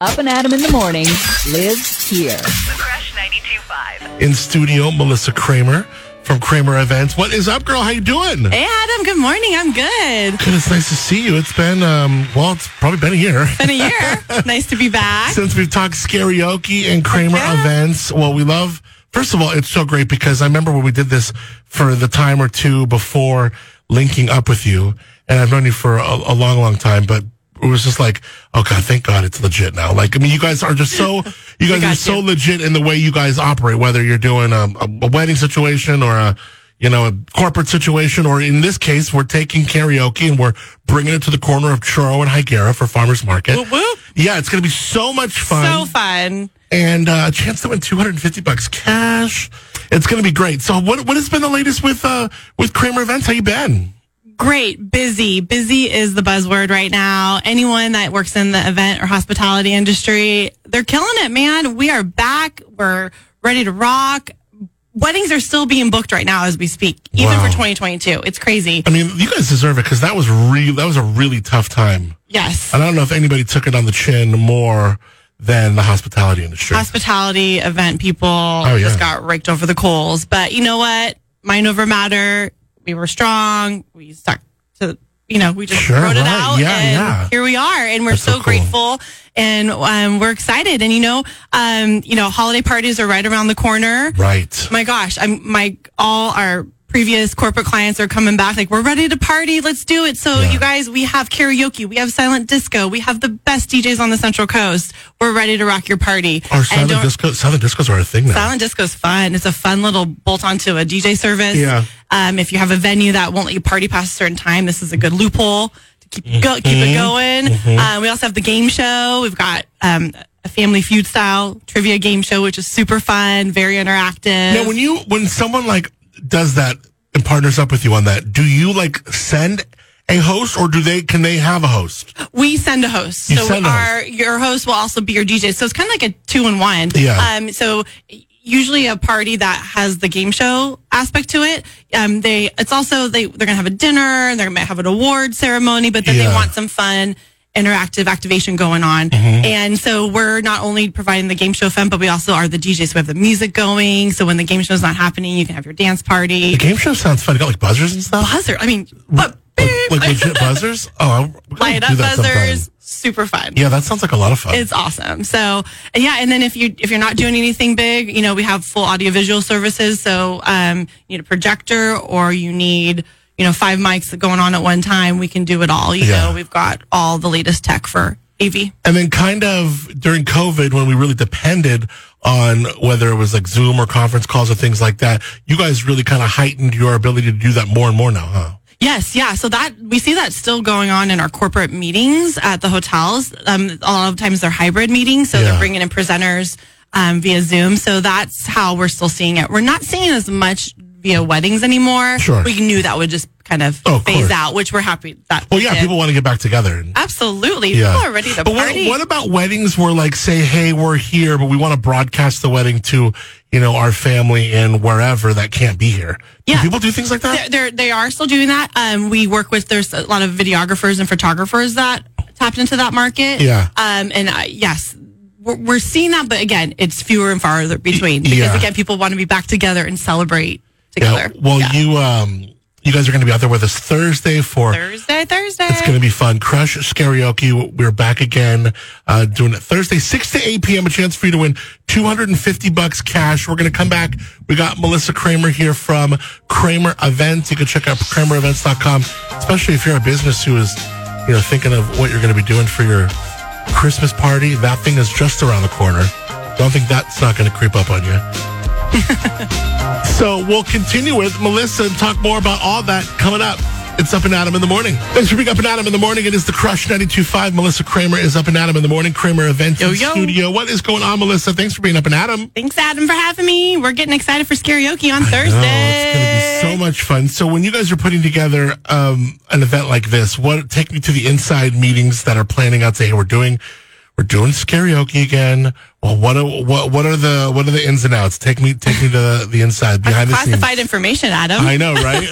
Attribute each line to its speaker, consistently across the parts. Speaker 1: Up and Adam in the morning lives here.
Speaker 2: Fresh 92.5.
Speaker 3: in studio, Melissa Kramer from Kramer Events. What is up, girl? How you doing?
Speaker 4: Hey Adam, good morning. I'm good.
Speaker 3: Good, it's nice to see you. It's been um, well, it's probably been a year
Speaker 4: Been a year. nice to be back.
Speaker 3: since we've talked karaoke and Kramer
Speaker 4: Oh, Yeah.
Speaker 3: Events. Well, we love. First of all, it's so great because I remember when we did this for the time or two before linking up with you, and I've known you for a, a long, long time, but. It was just like, oh god, thank God it's legit now. Like, I mean, you guys are just so, you guys are
Speaker 4: got
Speaker 3: so
Speaker 4: you.
Speaker 3: legit in the way you guys operate, whether you're doing a, a, a wedding situation or a, you know, a corporate situation, or in this case, we're taking karaoke and we're bringing it to the corner of Churro and Higuera for Farmers Market.
Speaker 4: Whoop, whoop.
Speaker 3: Yeah, it's going to be so much fun.
Speaker 4: So fun.
Speaker 3: and uh, a chance to win 250 bucks cash. It's going to be great. So what what has been the latest with uh with Kramer Events? How you been?
Speaker 4: Great. Busy. Busy is the buzzword right now. Anyone that works in the event or hospitality industry, they're killing it, man. We are back. We're ready to rock. Weddings are still being booked right now as we speak, even
Speaker 3: Wow.
Speaker 4: for 2022. It's crazy.
Speaker 3: I mean, you guys deserve it because that was real. That was a really tough time.
Speaker 4: Yes.
Speaker 3: And I don't know if anybody took it on the chin more than the hospitality industry.
Speaker 4: hospitality event people
Speaker 3: Oh, yeah.
Speaker 4: just got raked over the coals. But you know what? Mind over matter. We were strong. We stuck to, you know, we just
Speaker 3: Sure,
Speaker 4: wrote it
Speaker 3: right.
Speaker 4: out.
Speaker 3: Yeah,
Speaker 4: and
Speaker 3: yeah.
Speaker 4: Here we are. And we're
Speaker 3: That's so
Speaker 4: so,
Speaker 3: cool.
Speaker 4: grateful and um, we're excited. And you know, um, you know, holiday parties are right around the corner.
Speaker 3: right.
Speaker 4: My gosh, I'm my all our previous corporate clients are coming back like we're ready to party let's do it so
Speaker 3: Yeah.
Speaker 4: you guys we have karaoke we have silent disco we have the best djs on the central coast we're ready to rock your party
Speaker 3: Our
Speaker 4: And
Speaker 3: silent
Speaker 4: don't-
Speaker 3: disco, silent discos are a thing now.
Speaker 4: Silent disco's fun. It's a fun little bolt onto a DJ service.
Speaker 3: Yeah.
Speaker 4: Um, if you have a venue that won't let you party past a certain time, this is a good loophole to keep go, keep
Speaker 3: Mm-hmm.
Speaker 4: it going. Uh, we also have the game show. We've got um, a family feud style trivia game show, which is super fun, very interactive.
Speaker 3: Now, when you when someone like does that and partners up with you on that, do you like send a host or do they can they have a host?
Speaker 4: we send a host.
Speaker 3: You
Speaker 4: so
Speaker 3: send a host.
Speaker 4: our your host will also be your DJ. So it's kind of like a two in one.
Speaker 3: Yeah.
Speaker 4: Um. So usually a party that has the game show aspect to it. Um. They it's also they they're gonna have a dinner and they're gonna have an award ceremony, but then
Speaker 3: Yeah.
Speaker 4: they want some fun interactive activation going on.
Speaker 3: Mm-hmm.
Speaker 4: And so we're not only providing the game show fun, but we also are the DJs. we have the music going. So when the game show is not happening, you can have your dance party.
Speaker 3: The game show sounds fun. You got like buzzers and stuff.
Speaker 4: Buzzer. I mean, but
Speaker 3: Like, like legit buzzers. Oh, I
Speaker 4: light up buzzers. Super fun.
Speaker 3: Yeah, that sounds like a lot of fun.
Speaker 4: It's awesome. So and yeah, and then if you if you're not doing anything big, you know we have full audiovisual services. So um, you need a projector or you need you know five mics going on at one time. We can do it all. You
Speaker 3: Yeah.
Speaker 4: know we've got all the latest tech for AV.
Speaker 3: and then kind of during COVID when we really depended on whether it was like Zoom or conference calls or things like that, you guys really kind of heightened your ability to do that more and more now, huh?
Speaker 4: Yes, yeah. So that we see that still going on in our corporate meetings at the hotels. Um, a lot of times they're hybrid meetings, so
Speaker 3: Yeah.
Speaker 4: they're bringing in presenters um, via Zoom. So that's how we're still seeing it. We're not seeing as much via weddings anymore.
Speaker 3: Sure.
Speaker 4: we knew that would just kind of
Speaker 3: Oh, of
Speaker 4: phase
Speaker 3: course.
Speaker 4: out, which we're happy that.
Speaker 3: Well,
Speaker 4: we
Speaker 3: yeah,
Speaker 4: did.
Speaker 3: people want to get back together. And-
Speaker 4: absolutely
Speaker 3: Yeah.
Speaker 4: people are ready to
Speaker 3: but what-
Speaker 4: party.
Speaker 3: What, about weddings where like say, hey, we're here, but we want to broadcast the wedding to, you know, our family and wherever that can't be here. Do
Speaker 4: Yeah.
Speaker 3: people do things like that?
Speaker 4: they're, they're, they are still doing that. Um, we work with there's a lot of videographers and photographers that tapped into that market.
Speaker 3: Yeah.
Speaker 4: Um, and uh, yes, we're, we're seeing that, but again, it's fewer and farther between because
Speaker 3: yeah.
Speaker 4: again, people want to be back together and celebrate
Speaker 3: yeah.
Speaker 4: together.
Speaker 3: Well, you um you guys are gonna be out there with us Thursday for
Speaker 4: Thursday, Thursday.
Speaker 3: It's going to be fun. Crush Karaoke. We're back again, uh, doing it Thursday, 6 to 8 p.m. A chance for you to win 250 bucks cash. We're going to come back. We got Melissa Kramer here from Kramer Events. You can check out kramerevents.com, especially if you're a business who is, you know, thinking of what you're going to be doing for your Christmas party. That thing is just around the corner. Don't think that's not going to creep up on you. So we'll continue with Melissa and talk more about all that coming up. It's Up and Adam in the Morning. Thanks for being Up and Adam in the Morning. It is the Crush 92.5. Melissa Kramer is Up and Adam in the Morning. Kramer Events
Speaker 4: Yo,
Speaker 3: and
Speaker 4: yo.
Speaker 3: Studio. What is going on, Melissa? Thanks for being Up and Adam.
Speaker 4: Thanks, Adam, for having me. We're getting excited for karaoke on
Speaker 3: Oh,
Speaker 4: Thursday.
Speaker 3: it's going to be so much fun. So when you guys are putting together um, an event like this, what take me to the inside meetings that are planning out, say, hey, we're doing, we're doing karaoke again. Well, what are what what are the what are the ins and outs? Take me take me to the, the inside behind the scenes.
Speaker 4: Classified information, Adam.
Speaker 3: I know, right?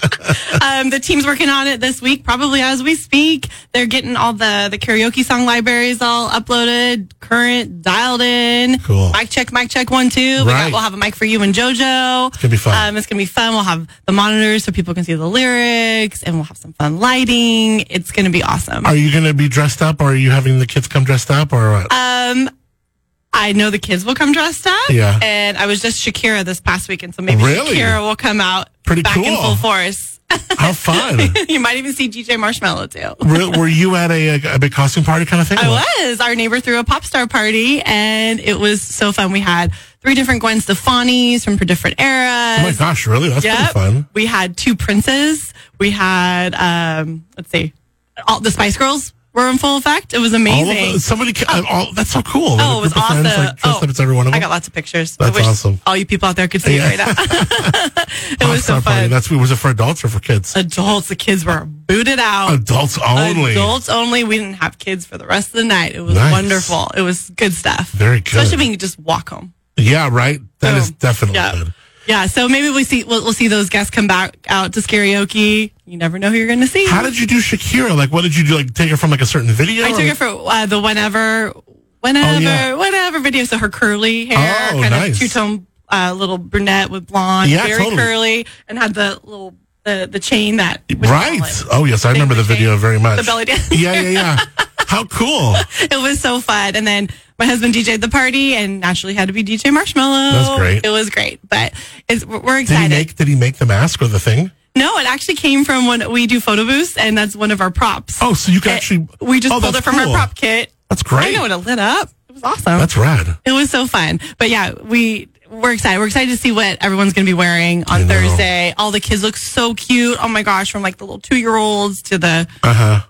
Speaker 4: Um, the team's working on it this week, probably as we speak. They're getting all the, the karaoke song libraries all uploaded, current, dialed in.
Speaker 3: Cool.
Speaker 4: Mic check, mic check, one, two. We
Speaker 3: Right.
Speaker 4: got, we'll have a mic for you and JoJo. It's
Speaker 3: gonna be fun.
Speaker 4: Um, it's going to be fun. We'll have the monitors so people can see the lyrics and we'll have some fun lighting. It's going to be awesome.
Speaker 3: are you going to be dressed up, or are you having the kids come dressed up, or what?
Speaker 4: Um, I know the kids will come dressed up.
Speaker 3: Yeah.
Speaker 4: And I was just Shakira this past weekend, so maybe
Speaker 3: Really?
Speaker 4: Shakira will come out
Speaker 3: Pretty
Speaker 4: back in
Speaker 3: cool.
Speaker 4: full force.
Speaker 3: How fun!
Speaker 4: you might even see DJ Marshmallow too.
Speaker 3: Re- were you at a, a, big costume party kind of thing?
Speaker 4: I was. Our neighbor threw a pop star party, and it was so fun. We had three different Gwen Stefani's from different eras.
Speaker 3: Oh my gosh, really? That's
Speaker 4: Yep.
Speaker 3: pretty fun.
Speaker 4: We had two princes. We had, um, let's see, all the Spice Girls were in full effect. It was
Speaker 3: All
Speaker 4: amazing.
Speaker 3: of the, somebody, ca- uh, all, that's so cool.
Speaker 4: Oh,
Speaker 3: A
Speaker 4: it was
Speaker 3: group of
Speaker 4: awesome.
Speaker 3: friends, like, dressed
Speaker 4: oh,
Speaker 3: up as every one of them.
Speaker 4: I got lots of pictures.
Speaker 3: That's
Speaker 4: I wish
Speaker 3: awesome.
Speaker 4: All you people out there could see
Speaker 3: Yeah.
Speaker 4: it right now. it was so
Speaker 3: Popstar party.
Speaker 4: fun. Uh,
Speaker 3: That's was it for adults or for kids?
Speaker 4: Adults, the kids were booted out.
Speaker 3: Adults only.
Speaker 4: Adults only. We didn't have kids for the rest of the night. It was
Speaker 3: Nice.
Speaker 4: wonderful. It was good stuff.
Speaker 3: Very good.
Speaker 4: Especially when you just walk home.
Speaker 3: Yeah, right. That is
Speaker 4: Boom.
Speaker 3: definitely
Speaker 4: Oh, Yeah.
Speaker 3: good.
Speaker 4: Yeah. So maybe we see we'll, we'll see those guests come back out to karaoke. You never know who you're going to see.
Speaker 3: How did you do Shakira? Like, what did you do? Like, take her from like a certain video?
Speaker 4: I took
Speaker 3: or-
Speaker 4: her for uh, the whenever, whenever,
Speaker 3: Oh, yeah.
Speaker 4: whenever video. So her curly hair,
Speaker 3: Oh,
Speaker 4: kind
Speaker 3: nice.
Speaker 4: of two tone, uh, little brunette with blonde,
Speaker 3: Yeah,
Speaker 4: very
Speaker 3: totally.
Speaker 4: curly, and had the little the the chain that what do you call
Speaker 3: Right.
Speaker 4: it?
Speaker 3: Oh yes, I remember the
Speaker 4: the
Speaker 3: video
Speaker 4: chain,
Speaker 3: very much.
Speaker 4: the belly dance.
Speaker 3: Yeah, yeah, yeah. How cool!
Speaker 4: It was so fun. And then my husband DJ'd the party, and naturally had to be DJ Marshmallow.
Speaker 3: That's great.
Speaker 4: It was great, but it's, we're- we're
Speaker 3: Did he
Speaker 4: excited.
Speaker 3: make? Did he make the mask or the thing?
Speaker 4: no, it actually came from when we do photo booths, and that's one of our props.
Speaker 3: Oh, so you can
Speaker 4: It-
Speaker 3: actually.
Speaker 4: Eh, we just
Speaker 3: oh,
Speaker 4: pulled
Speaker 3: that's
Speaker 4: it from
Speaker 3: cool.
Speaker 4: our prop kit.
Speaker 3: That's great.
Speaker 4: I know it lit up. It was awesome.
Speaker 3: That's rad.
Speaker 4: It was so fun. But yeah, we we're excited. We're excited to see what everyone's going to be wearing
Speaker 3: I
Speaker 4: on
Speaker 3: know.
Speaker 4: Thursday. All the kids look so cute. Oh my gosh, from like the little two year olds to the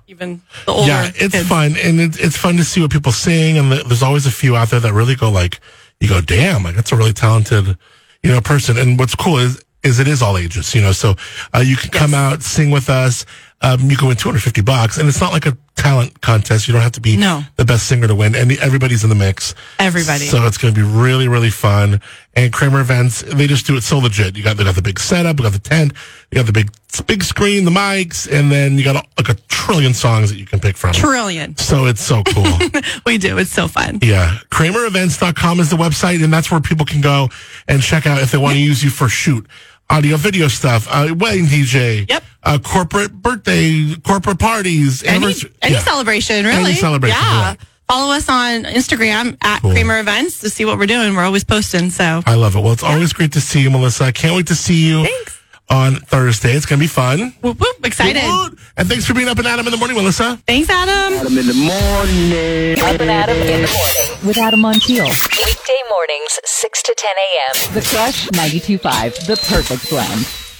Speaker 4: even the older.
Speaker 3: Uh-huh. yeah, it's
Speaker 4: kids.
Speaker 3: fun, and it, it's fun to see what people sing. And th there's always a few out there that really go like, you go, damn, like that's a really talented, you know, person. And what's cool is is it is all ages, you know. So uh, you can come out, sing with us. Um, you can win 250 bucks, and it's not like a talent contest. You don't have to be
Speaker 4: No.
Speaker 3: the best singer to win, and everybody's in the mix.
Speaker 4: Everybody.
Speaker 3: So Oh, it's going to be really, really fun. And Kramer events, they just do it so legit. You got they got the big setup, you got the tent, you got the big big screen, the mics, and then you got a, like a trillion songs that you can pick from.
Speaker 4: Trillion.
Speaker 3: So it's so cool.
Speaker 4: We do. It's so fun.
Speaker 3: yeah. KramerEvents.com is the website, and that's where people can go and check out if they want to use you for shoot, audio, video stuff, uh, wedding DJ,
Speaker 4: Yep.
Speaker 3: uh, corporate birthday, corporate parties,
Speaker 4: Any,
Speaker 3: anniversary-
Speaker 4: any
Speaker 3: Yeah.
Speaker 4: celebration, really.
Speaker 3: celebration,
Speaker 4: Yeah.
Speaker 3: right.
Speaker 4: Follow us on Instagram at Kramer Events to see what we're doing. We're always posting. So
Speaker 3: I love it. Well, it's always great to see you, Melissa. I can't wait to see you
Speaker 4: Thanks.
Speaker 3: on Thursday. It's going to be fun.
Speaker 4: whoop, whoop, excited.
Speaker 3: Woot! And thanks for being up and Adam in the morning, Melissa.
Speaker 4: Thanks, Adam.
Speaker 5: Adam in the morning.
Speaker 2: Up and Adam in the morning.
Speaker 1: with Adam Montiel.
Speaker 2: Weekday mornings, 6 to 10 a.m.
Speaker 1: The Crush 92.5, the perfect blend.